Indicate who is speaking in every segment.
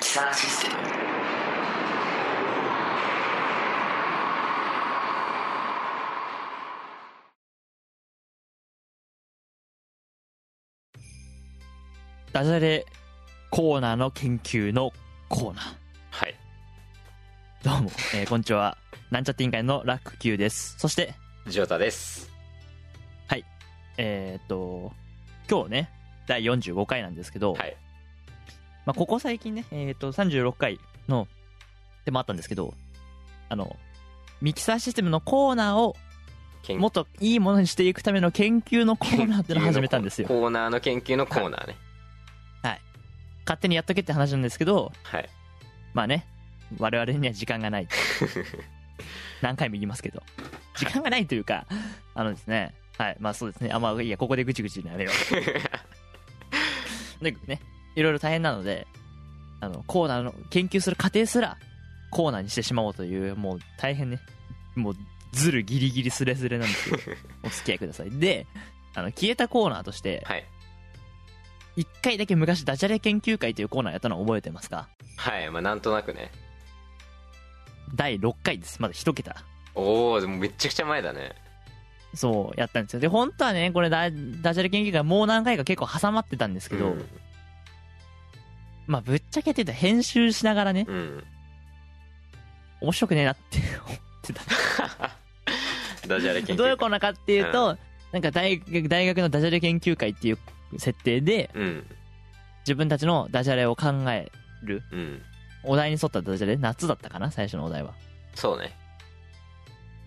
Speaker 1: キサーシステム
Speaker 2: ダジャレコーナーの研究のコーナー。
Speaker 1: はい
Speaker 2: どうも、えーこんにちは。なんちゃって委員会のラック Q です。そして、
Speaker 3: ジョータです。
Speaker 2: えーっと、今日ね、第45回なんですけど、
Speaker 3: はい。
Speaker 2: まあ、ここ最近ね、えーっと、36回の、でもあったんですけど、あの、ミキサーシステムのコーナーを
Speaker 3: 研
Speaker 2: もっといいものにしていくための研究のコーナーっていうのを始めたんですよ。
Speaker 3: コーナーの研究のコーナーね。
Speaker 2: 勝手にやっとけって話なんですけど、
Speaker 3: はい。
Speaker 2: まあね、我々には時間がない。何回も言いますけど。時間がないというか、あのですね、はい、まあそうですね、あ、まあいいや、ここでぐちぐちになれよう。でね、いろいろ大変なので、あの、コーナーの、研究する過程すら、コーナーにしてしまおうという、もう大変ね、もうずるギリギリスレスレなんですけど、お付き合いください。で、あの、消えたコーナーとして、
Speaker 3: はい。
Speaker 2: 一回だけ昔ダジャレ研究会というコーナーやったの覚えてますか
Speaker 3: はい。まあ、なんとなくね。
Speaker 2: 第6回です。まだ一桁。
Speaker 3: おおでもめっちゃくちゃ前だね。
Speaker 2: そう、やったんですよ。で、本当はね、これダ、ダジャレ研究会もう何回か結構挟まってたんですけど、
Speaker 3: うん
Speaker 2: まあ、ぶっちゃけて言うと編集しながらね、
Speaker 3: うん。
Speaker 2: 面白くねえなって 思ってた。
Speaker 3: ダジャレ研究会。
Speaker 2: どういうコーナーかっていうと、なんか大学大学のダジャレ研究会っていう設定で、
Speaker 3: うん。
Speaker 2: 自分たちのダジャレを考える。
Speaker 3: うん。
Speaker 2: お題に沿ったダジャレ、夏だったかな、最初のお題は。
Speaker 3: そうね。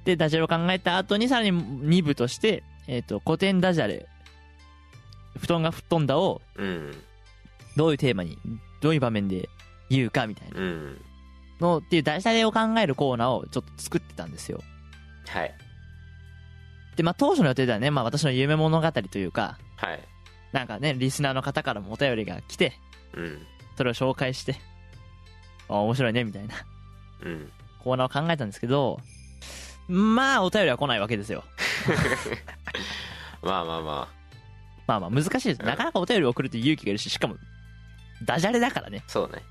Speaker 2: で、ダジャレを考えた後に、さらに2部として、えっ、と、古典ダジャレ、布団が吹っ飛んだを、
Speaker 3: うん。
Speaker 2: どういうテーマに、どういう場面で言うかみたいな
Speaker 3: うん。
Speaker 2: のっていうダジャレを考えるコーナーをちょっと作ってたんですよ。
Speaker 3: はい。
Speaker 2: で、まあ当初の予定ではね、まあ私の夢物語というか、
Speaker 3: はい。
Speaker 2: なんかね、リスナーの方からもお便りが来て、
Speaker 3: うん。
Speaker 2: それを紹介して、あ面白いね、みたいな
Speaker 3: うん。
Speaker 2: コーナーを考えたんですけど、まあお便りは来ないわけですよ。
Speaker 3: まあまあま
Speaker 2: まあまあ難しいです。なかなかお便りを送るって勇気がいるし、しかも、ダジャレだからね、
Speaker 3: あ。そうね。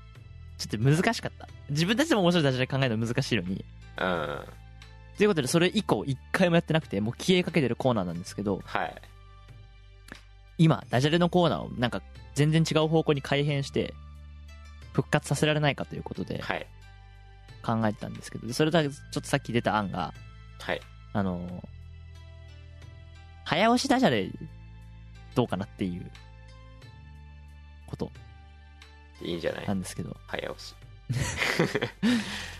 Speaker 2: ちょっと難しかった。自分たちでも面白いダジャレ考えるの難しいのに。
Speaker 3: うん。は
Speaker 2: ということで、それ以降一回もやってなくて、もう消えかけてるコーナーなんですけど、
Speaker 3: い。
Speaker 2: 今ダジャレのコーナーをなんか全然違う方向に改変して復活させられないかということで
Speaker 3: はい。
Speaker 2: 考えてたんですけどでそれだけちょっとさっき出た案が
Speaker 3: はい。
Speaker 2: あのー早押しダジャレどうかなっていうこと
Speaker 3: いいんじゃない
Speaker 2: なんですけど
Speaker 3: 早押し。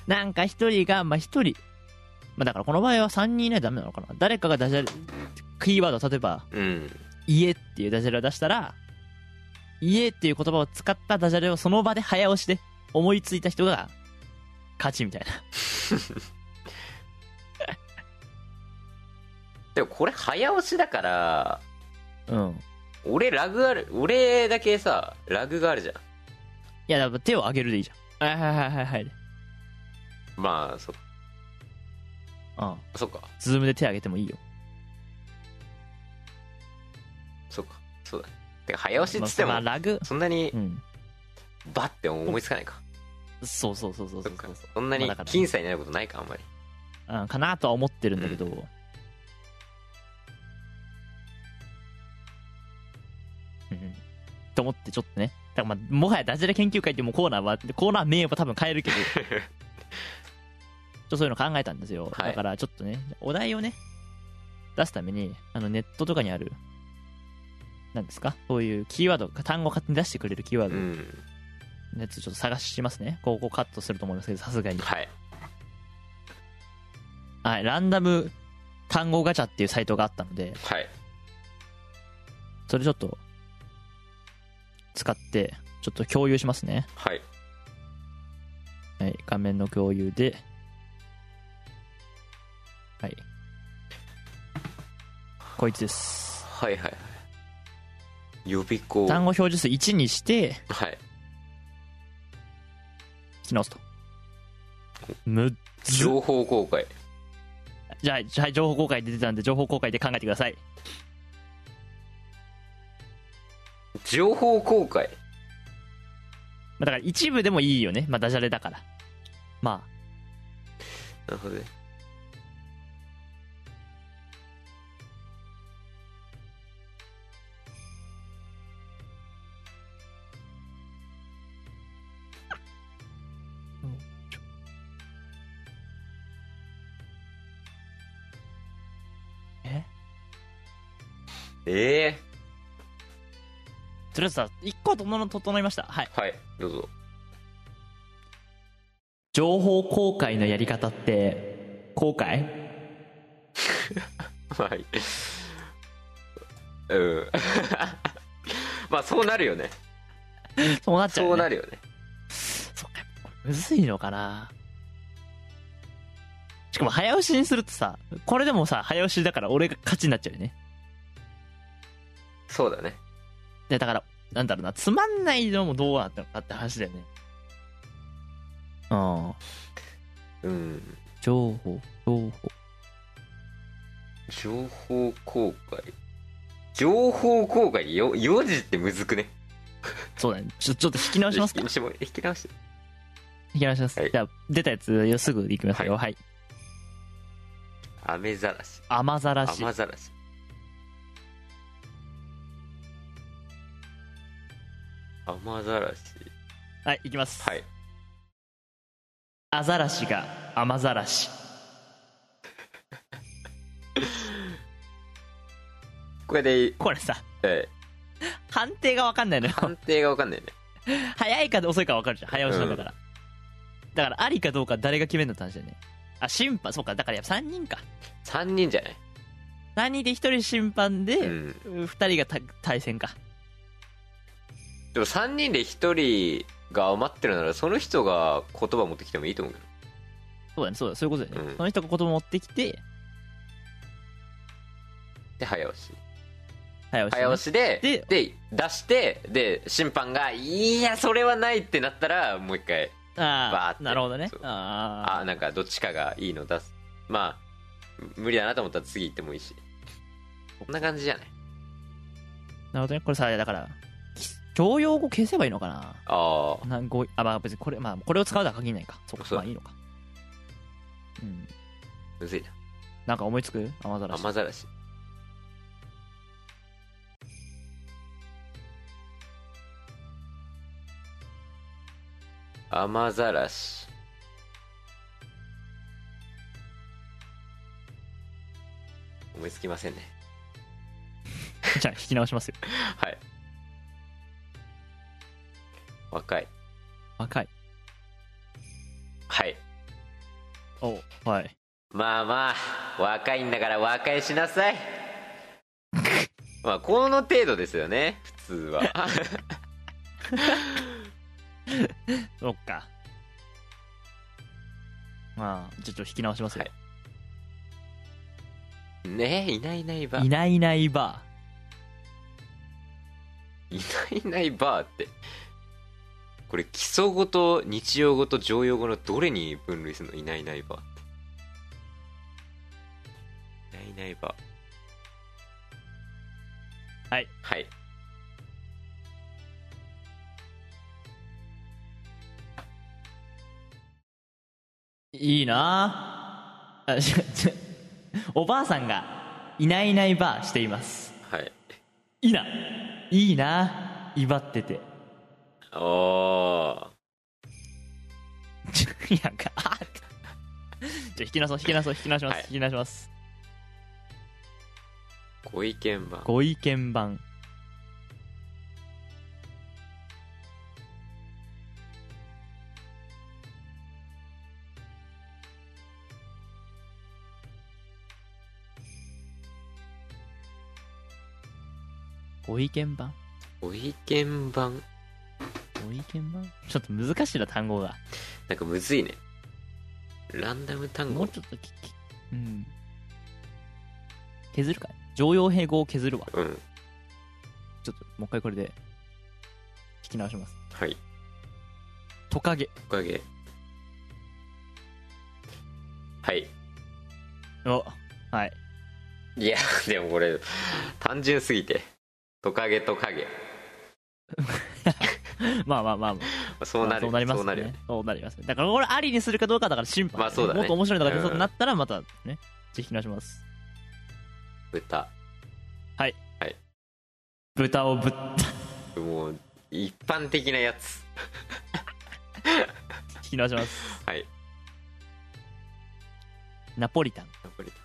Speaker 2: なんか一人がまあ一人まあだからこの場合は3人いないとダメなのかな誰かがダジャレキーワード例えば
Speaker 3: うん。
Speaker 2: 家っていうダジャレを出したら、家っていう言葉を使ったダジャレをその場で早押しで思いついた人が勝ちみたいな。
Speaker 3: でもこれ早押しだから、
Speaker 2: うん。
Speaker 3: 俺ラグある、俺だけさ、ラグがあるじゃん。
Speaker 2: いや、だから手を挙げるでいいじゃん。はいはいはいはいはい。うん。
Speaker 3: まあ、そ、そっか。
Speaker 2: ズームで手挙げてもいいよ。
Speaker 3: そっかそうだねてか早押しっつって
Speaker 2: まあ
Speaker 3: も
Speaker 2: まあラグ。
Speaker 3: そんなに
Speaker 2: うん。
Speaker 3: バッて思いつかないか
Speaker 2: そうそうそうそうそ
Speaker 3: そうっか
Speaker 2: そう
Speaker 3: そんなに
Speaker 2: まあだから
Speaker 3: 僅差になることないかあんまり
Speaker 2: うん、かなとは思ってるんだけど、うんうん、と思ってちょっとねだからまあもはやダジャレ研究会っていうもうコーナーはコーナー名を多分変えるけどちょっとそういうの考えたんですよ、
Speaker 3: はい
Speaker 2: だからちょっとねお題をね出すためにあのネットとかにあるなんですかそういうキーワード単語勝手に出してくれるキーワー
Speaker 3: う
Speaker 2: ドの
Speaker 3: ん
Speaker 2: やつちょっと探しますねここカットすると思いますけどさすがに
Speaker 3: はい
Speaker 2: はいランダム単語ガチャっていうサイトがあったので
Speaker 3: はい
Speaker 2: それちょっと使ってちょっと共有しますね
Speaker 3: はい
Speaker 2: はい画面の共有ではいこいつです
Speaker 3: はいはいはい予備校
Speaker 2: 単語表示数1にして
Speaker 3: はい
Speaker 2: 引き直すとむっず
Speaker 3: 情報公開
Speaker 2: じゃあ、じゃあ情報公開で出てたんで情報公開で考えてください
Speaker 3: 情報公開
Speaker 2: まあ、だから一部でもいいよね。まあ、ダジャレだから。まあ、
Speaker 3: なるほどね
Speaker 2: え
Speaker 3: ええ
Speaker 2: とりあえずさ、一個整整いました。はい。
Speaker 3: はいどうぞ
Speaker 2: 情報公開のやり方って、公開
Speaker 3: はいうん まあそうなるよね
Speaker 2: そうなっちゃう、ね。
Speaker 3: そうな
Speaker 2: る。
Speaker 3: るよね
Speaker 2: むずいのかなしかも早押しにするとさ、これでもさ、早押しだから俺が勝ちになっちゃうよね。
Speaker 3: そうだね
Speaker 2: で、だから、なんだろうな、つまんないのもどうなったのかって話だよね。うん。
Speaker 3: うん
Speaker 2: 情報、情報。
Speaker 3: 情報公開情報公開よ4時ってむずくね
Speaker 2: そうだね。ちょ、ちょっと引き直しますか
Speaker 3: 引き引き直して
Speaker 2: 引き直します。
Speaker 3: はい
Speaker 2: じゃあ、出たやつ、すぐ行きますよ。はい。
Speaker 3: 雨ざらし
Speaker 2: 雨ざらし。
Speaker 3: 雨ざらし雨ざらし
Speaker 2: はい、行きます。
Speaker 3: はい
Speaker 2: アザラシが雨ざらし。
Speaker 3: これで、
Speaker 2: これさ、
Speaker 3: え
Speaker 2: 判定がわかんないのよ
Speaker 3: ー、。判定がわかんないね
Speaker 2: 早いか遅いかわかるじゃん。早押しなんだから。だから、ありかどうか誰が決めるのって話だよね。あ、審判、そうか。だからやっぱ3人か。
Speaker 3: 3人じゃない
Speaker 2: 3人で1人審判
Speaker 3: う
Speaker 2: で、
Speaker 3: ん
Speaker 2: 2人がた対戦か。
Speaker 3: でも3人で1人が余ってるならその人が言葉持ってきてもいいと思うけ
Speaker 2: そうだね、そうだ、そういうことだよね。
Speaker 3: うん
Speaker 2: その人が言葉持ってきて、
Speaker 3: どで早押し
Speaker 2: 早押しね、
Speaker 3: 早押しで
Speaker 2: で
Speaker 3: で出してで審判が「いやそれはない」ってなったらもう一回バー
Speaker 2: ああ、
Speaker 3: って
Speaker 2: なるほどね
Speaker 3: そう。
Speaker 2: あ
Speaker 3: あなんかどっちかがいいの出すまあ無理だなと思ったら次行ってもいいしこんな感じじゃない
Speaker 2: あ、なるほどね。これさ、だから、き常用語消せばいいのかな
Speaker 3: ああ
Speaker 2: なんごあまあ別にこれまあこれを使うとは限らないかそうか
Speaker 3: そう
Speaker 2: まあいいのかうん
Speaker 3: むずいな
Speaker 2: なんか思いつく雨ざらし
Speaker 3: 雨ざらし雨ざらし思いつきませんね
Speaker 2: じゃあ引き直しますよ
Speaker 3: はい若い
Speaker 2: 若い
Speaker 3: はい
Speaker 2: おうはい
Speaker 3: まあまあ若いんだから和解しなさい まあこの程度ですよね普通は
Speaker 2: そっかまあちょっと引き直しますよ、
Speaker 3: は ねえいないいないば
Speaker 2: い、ないいないば
Speaker 3: いないいないバーってこれ基礎語と日曜語と常用語のどれに分類するのいないいないバーっていないいないバー
Speaker 2: はい
Speaker 3: はい
Speaker 2: ーいいなああちょちょおばあさんがいないいないばーしています
Speaker 3: はい
Speaker 2: いいないいな威張ってて
Speaker 3: おー
Speaker 2: ちょいやか あじゃあ引き直そう引き直そう引き直します、
Speaker 3: はい
Speaker 2: 引き直します
Speaker 3: ご意見番
Speaker 2: ご意見番ご意見番
Speaker 3: ご意見版
Speaker 2: ご意見番ちょっと難しいな、単語が。
Speaker 3: なんかむずいねランダム単
Speaker 2: も
Speaker 3: 語
Speaker 2: うちょっと聞き、うん。削るかい常用併合を削るわ。
Speaker 3: うん
Speaker 2: ちょっと、もう一回これで、聞き直します。
Speaker 3: はい
Speaker 2: トカゲ。
Speaker 3: おかげはい
Speaker 2: お、はい。
Speaker 3: いやでもこれ単純すぎてトカゲトカゲ
Speaker 2: まあまあまあまあ。
Speaker 3: そうなる
Speaker 2: そうなります
Speaker 3: そうなるよ
Speaker 2: ね。そうなりますね。だからこれありにするかどうかだから審判、
Speaker 3: まあそうだね
Speaker 2: もっと面白いのが出そう
Speaker 3: うん
Speaker 2: になったらまたね、ぜひ聞き直します。
Speaker 3: 豚
Speaker 2: 豚をぶっ、
Speaker 3: もう一般的なやつ
Speaker 2: 聞き直します。
Speaker 3: はい
Speaker 2: ナポリタン。
Speaker 3: ナポリタン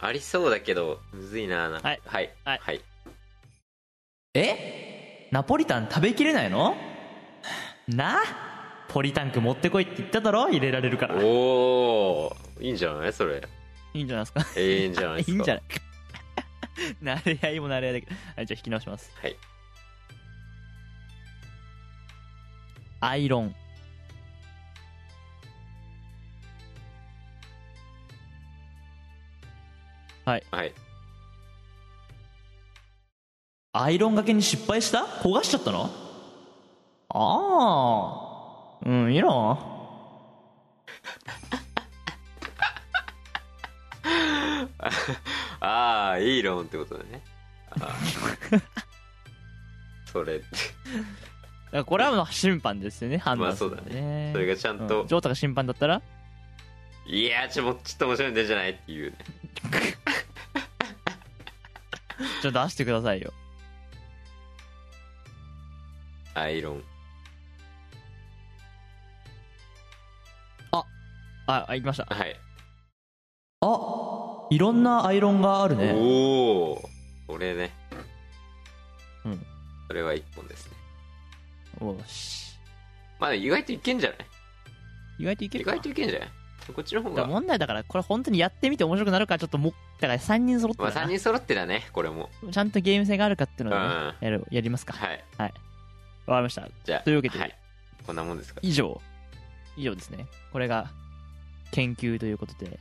Speaker 3: ありそうだけどむずいななんか
Speaker 2: はい
Speaker 3: はい
Speaker 2: はい
Speaker 3: はい
Speaker 2: えナポリタン食べきれないのなポリタンク持ってこいって言っただろ入れられるから。い
Speaker 3: おーいいんじゃないそれ
Speaker 2: いんじゃないですか
Speaker 3: ええいいんじゃないですか
Speaker 2: いいんじゃない なれやいもなれやいだけど。はい、じゃあ引き直します。
Speaker 3: はい。
Speaker 2: アイロン。
Speaker 3: はい
Speaker 2: アイロンがけに失敗した焦がしちゃったのああ。うん、いいな。
Speaker 3: ああイーロンってことだねあー それ
Speaker 2: だからこれはもう審判ですよね、判断するのはね。
Speaker 3: それがちゃんと
Speaker 2: うんジョータが審判だったら、
Speaker 3: いやーちょもうちょっと面白いんじゃないっていうね
Speaker 2: ちょっと出してくださいよ。
Speaker 3: アイロン
Speaker 2: あ、あ、行きました。
Speaker 3: はい
Speaker 2: あ、いろんなアイロンがあるね。
Speaker 3: おおこれね
Speaker 2: うん
Speaker 3: それは一本ですね
Speaker 2: おし。
Speaker 3: まあ意外といけんじゃない
Speaker 2: 意外といけ
Speaker 3: 意
Speaker 2: るか。
Speaker 3: 外といけんじゃないこっちの方
Speaker 2: だから
Speaker 3: が
Speaker 2: 問題だから、これ本当にやってみて面白くなるか、ちょっとも、だから3人揃って
Speaker 3: まあ
Speaker 2: だな
Speaker 3: 3人揃ってだねこれも
Speaker 2: ちゃんとゲーム性があるかっていう
Speaker 3: う
Speaker 2: の
Speaker 3: ん
Speaker 2: をね、
Speaker 3: は
Speaker 2: やる、やりますか。
Speaker 3: い
Speaker 2: わかりました。
Speaker 3: じゃあ
Speaker 2: というわけで
Speaker 3: はいこんなもんですか
Speaker 2: 以上。以上ですね。これが、研究ということで、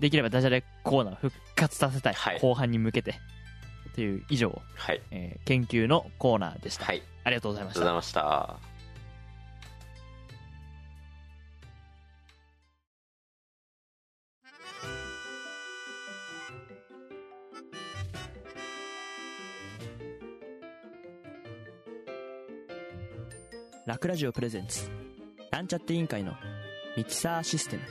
Speaker 2: できればダジャレコーナーを復活させたい。
Speaker 3: はい
Speaker 2: 後半に向けて。という以上、
Speaker 3: はい
Speaker 2: えー研究のコーナーでした。
Speaker 3: はいあり
Speaker 2: ありがとうございま
Speaker 3: が
Speaker 2: し
Speaker 3: とうご
Speaker 2: た。
Speaker 3: ざいました
Speaker 2: ラクラジオプレゼンツ、なんちゃって委員会のミキサーシステム。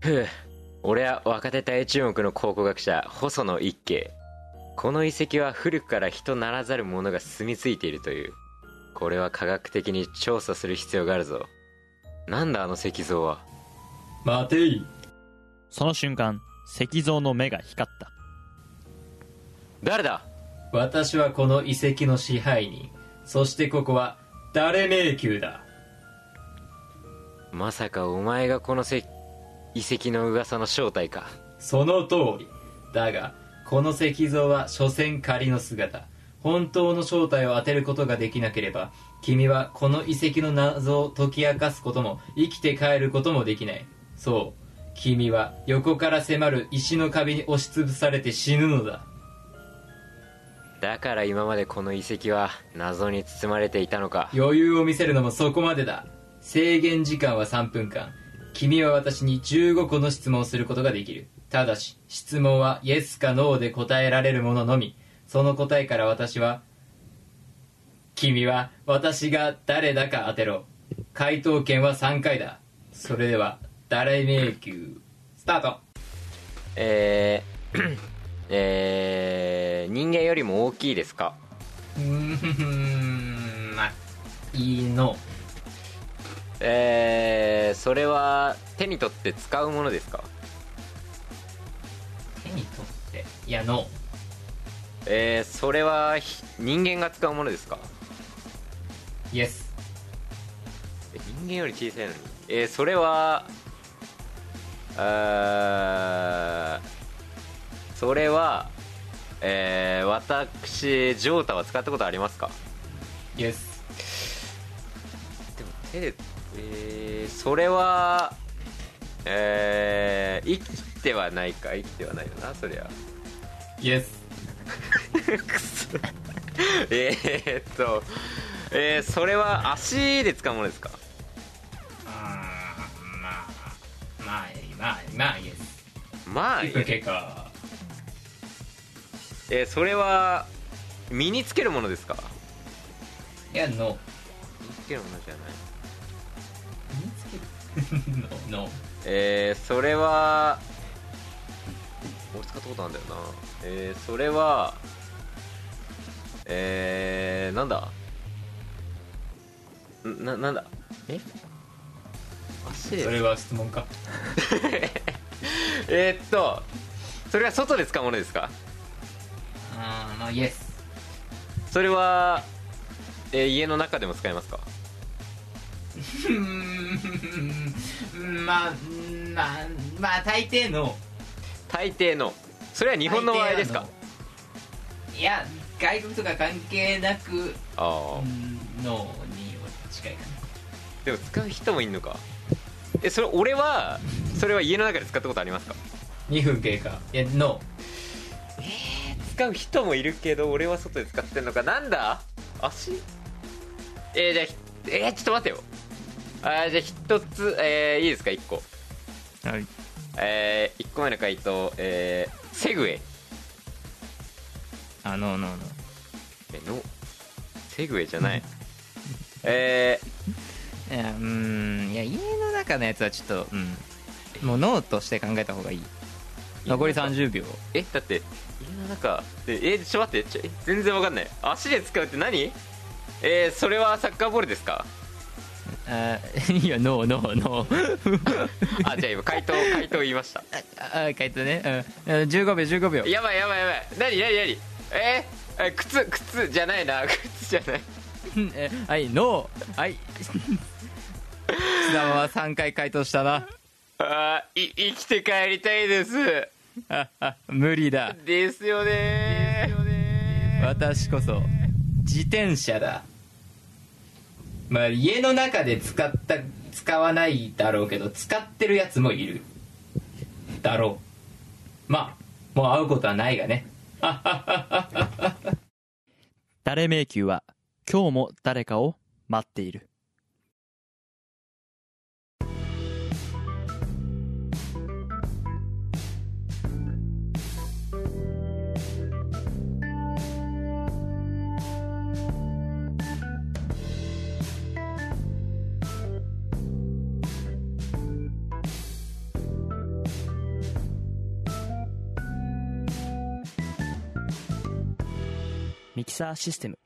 Speaker 3: ふう俺は若手大注目の考古学者細野一慶この遺跡は古くから人ならざるものが住み着いているというこれは科学的に調査する必要があるぞなんだあの石像は
Speaker 4: 待てい
Speaker 2: その瞬間、石像の目が光った。
Speaker 3: 誰だ
Speaker 4: 私はこの遺跡の支配人そしてここは誰迷宮だ
Speaker 3: まさかお前がこのせ遺跡の噂の正体か
Speaker 4: その通りだがこの石像は所詮仮の姿本当の正体を当てることができなければ君はこの遺跡の謎を解き明かすことも生きて帰ることもできないそう君は横から迫る石の壁に押しつぶされて死ぬのだ
Speaker 3: だから今までこの遺跡は謎に包まれていたのか
Speaker 4: 余裕を見せるのもそこまでだ制限時間は3分間君は私に15個の質問をすることができるただし質問はイエスかノーで答えられるもののみその答えから私は君は私が誰だか当てろ回答権は3回だそれでは誰迷宮スタート
Speaker 3: えー、えー、人間よりも大きいですか
Speaker 4: うーんまあいいの
Speaker 3: えー、それは手に取って使うものですか
Speaker 4: 手に取っていやの
Speaker 3: えー、それはひ人間が使うものですか
Speaker 4: イエス
Speaker 3: え人間より小さいのにえー、それはあーそれはえー、私ジョータは使ったことありますか
Speaker 4: イエス
Speaker 3: でも手でえー、それはえー、生きてはないか生きてはないよなそり ゃ
Speaker 4: イエス
Speaker 3: くそえーっとえー、それは足で使うものですか
Speaker 4: うーんまあまあまあまあイエス
Speaker 3: まあ、
Speaker 4: いく結果
Speaker 3: えーそれは身につけるものですか
Speaker 4: いやの
Speaker 3: 身につけるものじゃない
Speaker 4: 身につけるのの
Speaker 3: えー、それは俺使ったことあるんだよなえー、それはえー、なんだんななんだえ足で
Speaker 4: それは質問か
Speaker 3: えーっとそれは外で使うものですか
Speaker 4: あーまあイエス
Speaker 3: それは、えー家の中でも使えますか
Speaker 4: うーんまあまあまあ大抵の
Speaker 3: 大抵のそれは日本の場合ですか
Speaker 4: いや外国とか関係なく
Speaker 3: ああ
Speaker 4: のに近いか
Speaker 3: でも使う人もいんのかえそれ俺はそれは家の中で使ったことありますか
Speaker 4: な2分経過いやの
Speaker 3: 使う人もいるけど俺は外で使ってんのかなんだ足えー、じゃあひえー、ちょっと待てよあーじゃあ一つえー、いいですか一個
Speaker 2: はい
Speaker 3: えー、一個目の回答えー、セグウェイ
Speaker 2: あののの
Speaker 3: えのセグウェイじゃないえ
Speaker 5: いやうーんいや家の中のやつはちょっと、うん、もうノーとして考えた方がいい
Speaker 3: ー、
Speaker 5: 残り
Speaker 3: 三十
Speaker 5: 30秒
Speaker 3: えだって家の中でえちょっと待ってちょえ全然わかんない足で使うって何えー、それはサッカーボールですか
Speaker 5: あ ーいやノーノー ノー
Speaker 3: あじゃあ今回答回答言いました
Speaker 5: ああ書いてね、うん、あ15秒15秒
Speaker 3: やばいやばいやばい何何何えー、え靴靴じゃない な靴じゃない
Speaker 5: うん えはいノーはい 津田は3回回答したな
Speaker 3: あーい生きて帰りたいです
Speaker 5: ああ無理だ
Speaker 3: ですよねですよね
Speaker 5: 私こそ
Speaker 4: 自転車だまあ家の中で使った使わないだろうけど使ってるやつもいるだろうまあもう会うことはないがね
Speaker 2: 誰迷宮は今日も誰かを待っているミキサーシステム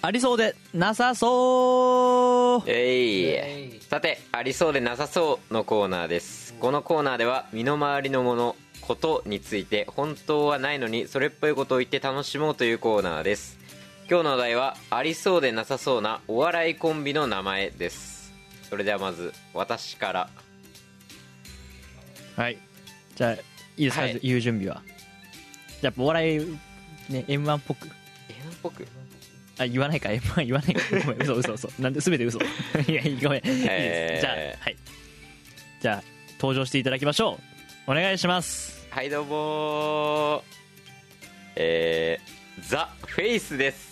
Speaker 2: ありそうでなさそう
Speaker 3: えいさてありそうでなさそうのコーナーですこのコーナーでは身の回りのものことについて本当はないのにそれっぽいことを言って楽しもうというコーナーです今日のお題はありそうでなさそうなお笑いコンビの名前ですそれではまず私から
Speaker 2: はいじゃあいいですか、
Speaker 3: はい
Speaker 2: 言う準備はじゃあお笑いね m 1っぽく
Speaker 3: えっ僕
Speaker 2: あ言わないか m 1言わないかごめん嘘嘘嘘なんで全て 嘘いやごめんいいです、
Speaker 3: えー
Speaker 2: じゃあはいじゃあ登場していただきましょうお願いします
Speaker 3: はいどうもーえー、ザ・フェイスです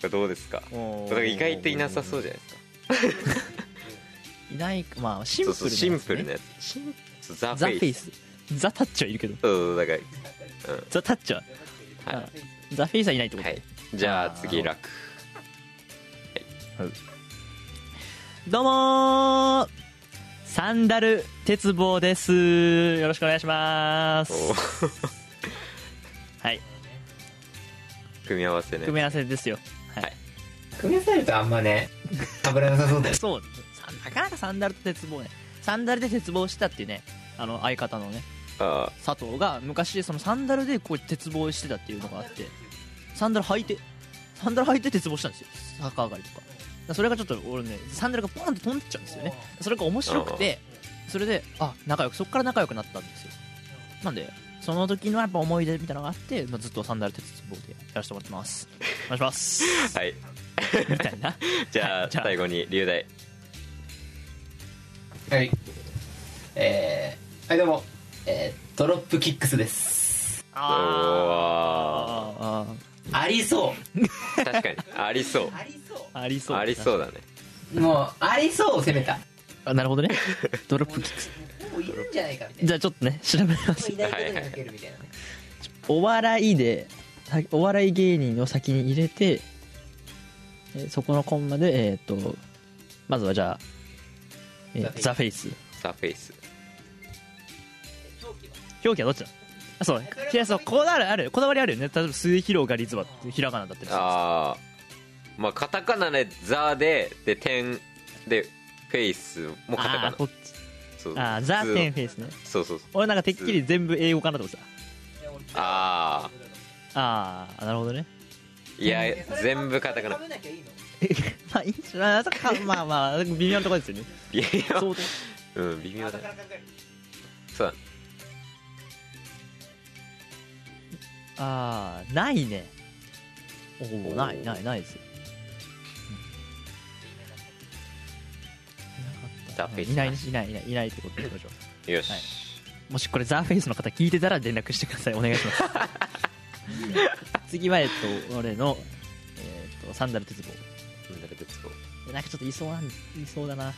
Speaker 3: これどうですかこれ意外といなさそうじゃないですか
Speaker 2: いないかまあシンプ
Speaker 3: そう
Speaker 2: ル
Speaker 3: そうシンプルな
Speaker 2: ね
Speaker 3: やつシンそうザ・フ
Speaker 2: ザ・
Speaker 3: ェ
Speaker 2: フ
Speaker 3: イ
Speaker 2: ェイ
Speaker 3: ス
Speaker 2: スザ・タッチはいるけど
Speaker 3: そうそうだから
Speaker 2: ザ・タッチは
Speaker 3: は
Speaker 2: あザ・フェイスはいないって
Speaker 3: い、
Speaker 2: こと、
Speaker 3: はい、じゃあ次楽
Speaker 2: どうもーサンダル鉄棒ですよろしくお願いします
Speaker 3: お
Speaker 2: はい
Speaker 3: 組み合わせね
Speaker 2: 組み合わせですよ
Speaker 4: 組み合わせるとあんまねかぶらな さそうだよ
Speaker 2: そうさなかなかサンダルと鉄棒ねサンダルで鉄棒したっていうねあの相方のね
Speaker 3: あ
Speaker 2: 佐藤が昔そのサンダルでこう鉄棒してたっていうのがあってサンダル履いてサンダル履いて鉄棒したんですよ逆上がりとかだからそれがちょっと俺ねサンダルがポンって飛んでっちゃうんですよねそれが面白くてそれであ仲良くそこから仲良くなったんですよなんでその時のやっぱ思い出みたいなのがあって、まあ、ずっとサンダル鉄棒でやらせてもらってますお願いします
Speaker 3: あはい
Speaker 2: みたいな
Speaker 3: じゃ
Speaker 2: は
Speaker 3: あ
Speaker 2: いじゃあ
Speaker 3: 最後に龍大
Speaker 4: はいえー、はいどうもえー、ドロップキックスです
Speaker 2: あーあ
Speaker 4: ありそ
Speaker 3: 確かにありそう
Speaker 4: ありそ
Speaker 2: ーありそうう
Speaker 3: ありそうだね
Speaker 4: うもうありそうを攻めた
Speaker 2: あなるほどねドロップキックス
Speaker 4: もういるんじゃないかみたいな
Speaker 2: じゃあちょっとね調べます
Speaker 4: もういないことにかけるみたいなね
Speaker 2: お笑いでさお笑い芸人を先に入れてえーそこのコンマでえーっ、とまずはじゃあ、えーザ・
Speaker 4: ザ
Speaker 2: フェイス
Speaker 3: サフェイス
Speaker 2: 表記はどっちだあそういやそうこだわりあるこだわりあるよね例えば末広がりずばってひらがなだったりする
Speaker 3: ああまあカタカナで「ザ」でで点でフェイスもカタカ
Speaker 2: あ
Speaker 3: ナ
Speaker 2: ーこっち
Speaker 3: そう
Speaker 2: あーザ・テンフェイスね
Speaker 3: そうそうそう
Speaker 2: 俺なんかてっきり全部英語かなと思って
Speaker 3: あ
Speaker 2: たああなるほどね
Speaker 3: あいや全部カタカナ
Speaker 4: 食べなきゃいいの
Speaker 2: まあいいんじゃないそっかまあまあ微妙なところですよね
Speaker 3: 微妙
Speaker 2: そう
Speaker 3: うん微妙だねそうだね
Speaker 2: ああないねおおないないないです
Speaker 3: ザフェイス
Speaker 2: いないねいないいないいないってことでしょ
Speaker 3: よし、
Speaker 2: はいもしこれザーフェイスの方聞いてたら連絡してくださいお願いし ます次はえっと俺の、えっとサンダル鉄棒
Speaker 3: なんだろう鉄棒
Speaker 2: でなんかちょっといそうなんいそうだな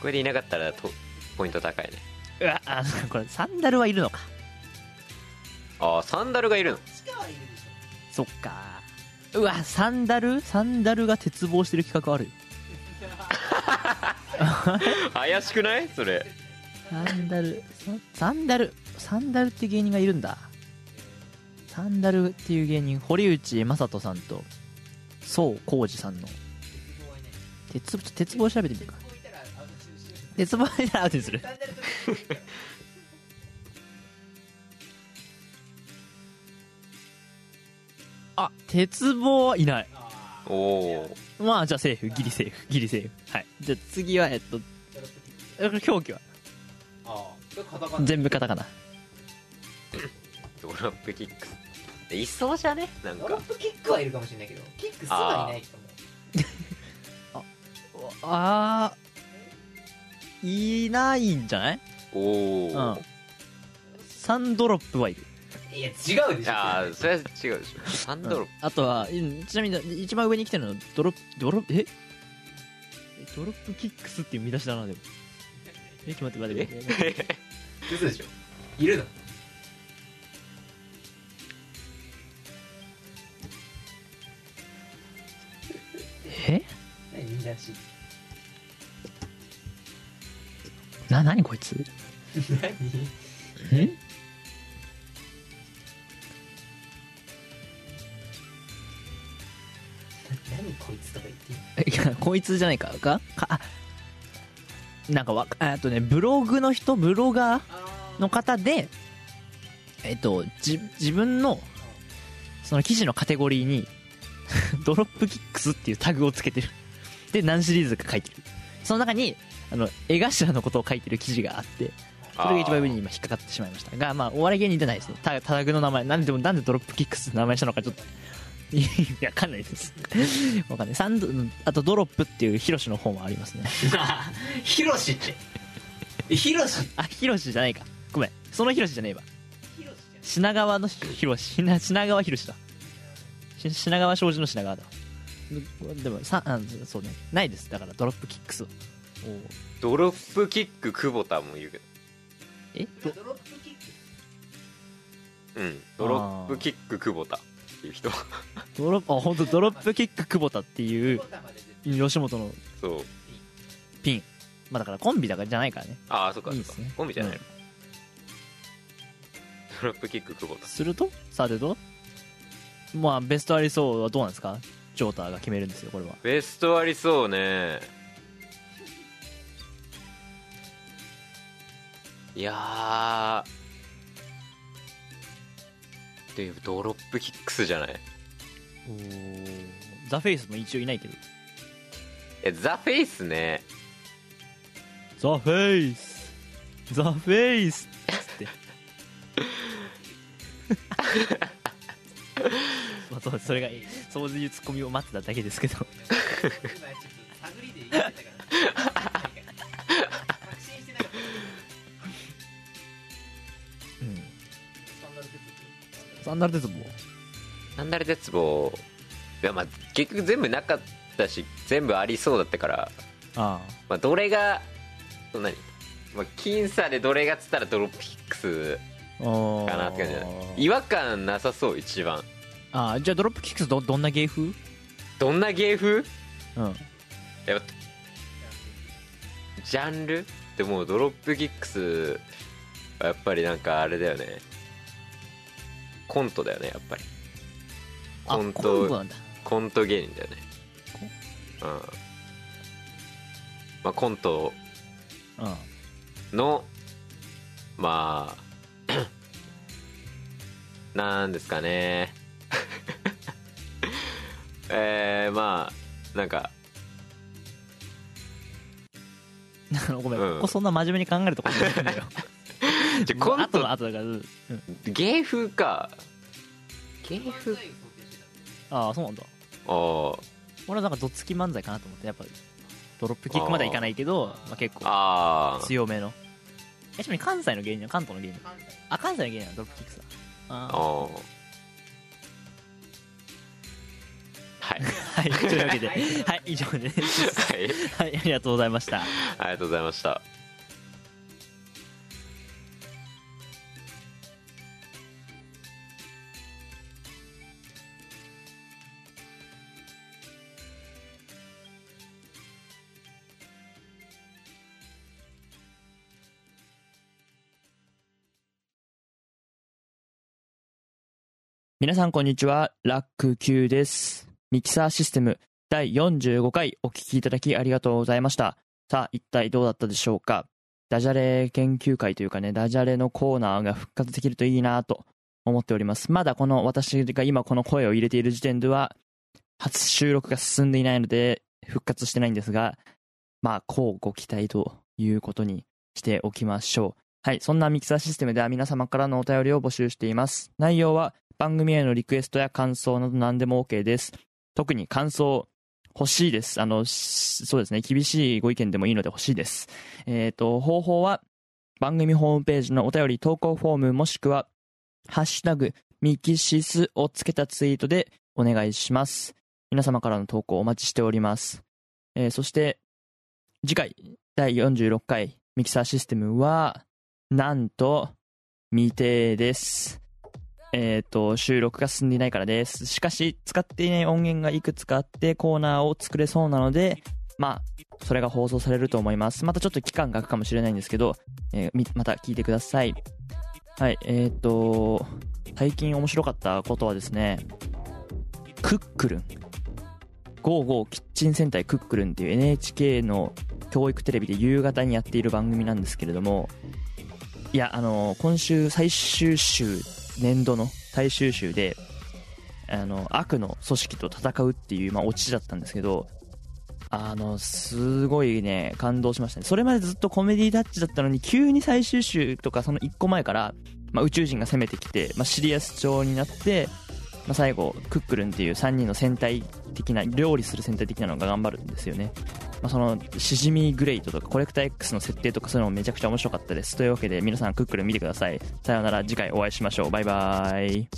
Speaker 3: これでいなかったらとポイント高いね
Speaker 2: うわあこれサンダルはいるのか
Speaker 3: ああサンダルがいるの
Speaker 2: そっかうわサンダルサンダルが鉄棒してる企画ある
Speaker 3: 怪しくないそれ
Speaker 2: サンダルササンダルサンダルって芸人がいるんだサンダルっていう芸人堀内正人さんと宋浩二さんの鉄棒ちょ鉄棒調べてみるか鉄棒にアウトにするあ鉄棒はいない
Speaker 3: おお
Speaker 2: まあじゃあセーフギリセーフギリセーフはいじゃあ次はえっと表記は
Speaker 4: あーカタカナ
Speaker 2: 全部カタカナ
Speaker 3: ドロップキックスいそうじゃねなん
Speaker 4: ドロ
Speaker 3: か
Speaker 4: ップキックはいるかもしれないけどキックすらいないかも
Speaker 2: あーいないんじゃない
Speaker 3: おお、
Speaker 2: う
Speaker 3: あ
Speaker 2: んサンドロップはいる
Speaker 4: いや違うでしょ
Speaker 3: あそれは違うでしょサン ドロップ、
Speaker 2: あとはうんちなみに一番上に来てるのはドロップドロップえドロップキックスっていう見出しだなでもえちょっと待って待って待って
Speaker 4: 嘘でしょいるの
Speaker 2: え
Speaker 4: 何みんなし
Speaker 2: な何こいつ
Speaker 4: 何
Speaker 2: え
Speaker 4: 何こいつとか言っていい
Speaker 2: いやこいつじゃないかかかあなんかわあとねブログの人ブロガーの方でえっとじ自分のその記事のカテゴリーに ドロップキックスっていうタグをつけてるで何シリーズか書いてるその中にあの絵頭のことを書いてる記事があってそれが一番上に今引っかかってしまいましたがまあお笑い芸人じゃないですねタタグの名前なんでもなんでドロップキックスって名前にしたのかちょっと いや、わかんないです。わかんない。サンド、うんあとドロップっていうヒロシの方もありますね。
Speaker 4: ヒロシってえヒロシ
Speaker 2: あ、ヒロシじゃないか。ごめん。そのヒロシじゃねえわ。品川のヒロシ、品品川ヒロシだ。し品川庄司の品川だ。でも、さあそうね。ないです。だからドロップキックスは。
Speaker 3: ドロップキック久保田も言うけど
Speaker 2: え
Speaker 4: ドロップキック
Speaker 3: うんドロップキック久保田っていう人
Speaker 2: ドロップ、あ、本当 ドロップキック久保田っていう、
Speaker 4: ボタンまで出て
Speaker 2: 吉本の
Speaker 3: そう
Speaker 2: ピン。まあだからコンビだからじゃないからね
Speaker 3: ああそっか
Speaker 5: いい
Speaker 3: そっ
Speaker 5: っ
Speaker 3: か
Speaker 5: すね
Speaker 3: コンビじゃないの、ドロップキック久保田
Speaker 2: するとさてとまあベストありそうはどうなんですかジョーターが決めるんですよこれは
Speaker 3: ベストありそうねいやーでドロップキックスじゃない
Speaker 2: ザ・フェイスも一応いないけど
Speaker 3: えザ・フェイスね
Speaker 2: ザ・フェイスザ・フェイスっつ ってまあそうそれがそういうツッコミを待ってただけですけど
Speaker 4: 今ちょっと探りで言ってたから確信してなかった
Speaker 2: サンダル鉄棒
Speaker 3: なんだれ絶望いやまあ結局全部なかったし全部ありそうだったから、
Speaker 2: ああ
Speaker 3: まあ、どれがそんなに、まあ、僅差でどれがっつったらドロップキックスか
Speaker 2: か
Speaker 3: なって感じだね違和感なさそう一番
Speaker 2: ああじゃあドロップキックスどどんな芸風
Speaker 3: どんな芸風
Speaker 2: うん
Speaker 3: やっぱジャンルでもうドロップキックスはやっぱりなんかあれだよねコントだよねやっぱり
Speaker 2: あ
Speaker 3: コント
Speaker 2: コントなんだ
Speaker 3: コント芸人だよねうんまあコント
Speaker 2: うん
Speaker 3: のまあ なんですかね えー、まあなんか
Speaker 2: あのごめん、
Speaker 3: うん
Speaker 2: ここそんな真面目に考えるとこじゃないん だよ
Speaker 3: じゃあコン
Speaker 2: あと
Speaker 3: ト
Speaker 2: のあとだからうんうん
Speaker 3: 芸風か芸 風あ
Speaker 2: ああそうなんだ
Speaker 3: あ
Speaker 2: 俺はなんかどっつき漫才かなと思ってやっぱドロップキックまではいかないけどまあ、結構
Speaker 3: あー
Speaker 2: 強めのえちなみに関西の芸人は関東の芸人あ関西の芸人はドロップキックさああ
Speaker 3: あーはい
Speaker 2: はいというわけではい以上です
Speaker 3: はい
Speaker 2: はいありがとうございました
Speaker 3: ありがとうございました
Speaker 2: 皆さんこんにちは、ラック Q です。ミキサーシステム第45回お聞きいただきありがとうございました。さあ、一体どうだったでしょうかダジャレ研究会というかね、ダジャレのコーナーが復活できるといいなと思っております。まだこの私が今この声を入れている時点では、初収録が進んでいないので復活してないんですが、まあ、こうご期待ということにしておきましょう。はい、そんなミキサーシステムでは皆様からのお便りを募集しています。内容は番組へのリクエストや感想など何でも OK です。特に感想欲しいです。あの、しそうですね、厳しいご意見でもいいので欲しいです。えっ、と、方法は番組ホームページのお便り投稿フォームもしくは、ハッシュタグ、ミキシスをつけたツイートでお願いします。皆様からの投稿お待ちしております。えーそして、次回、第46回ミキサーシステムは、なんと、未定です。えっ、と、収録が進んでいないからです。しかし、使っていない音源がいくつかあって、コーナーを作れそうなので、まあ、それが放送されると思います。またちょっと期間が空くかもしれないんですけど、えーみまた聞いてください。はい、えっ、と、最近面白かったことはですね、クックルン。55キッチン戦隊クックルンっていう NHK の教育テレビで夕方にやっている番組なんですけれども、いや、あの今週最終週、年度の最終週で、あの、悪の組織と戦うっていう、まあ、オチだったんですけど、あの、すごいね、感動しましたね。それまでずっとコメディタッチだったのに、急に最終週とか、その1個前から、まあ、宇宙人が攻めてきて、まあ、シリアス調になって、まあ、最後、クックルンっていう3人の戦隊的な、料理する戦隊的なのが頑張るんですよね。まあ、そのシジミグレイトとかコレクター X の設定とかそういうのもめちゃくちゃ面白かったですというわけで皆さんクックルン見てくださいさようなら次回お会いしましょうバイバイ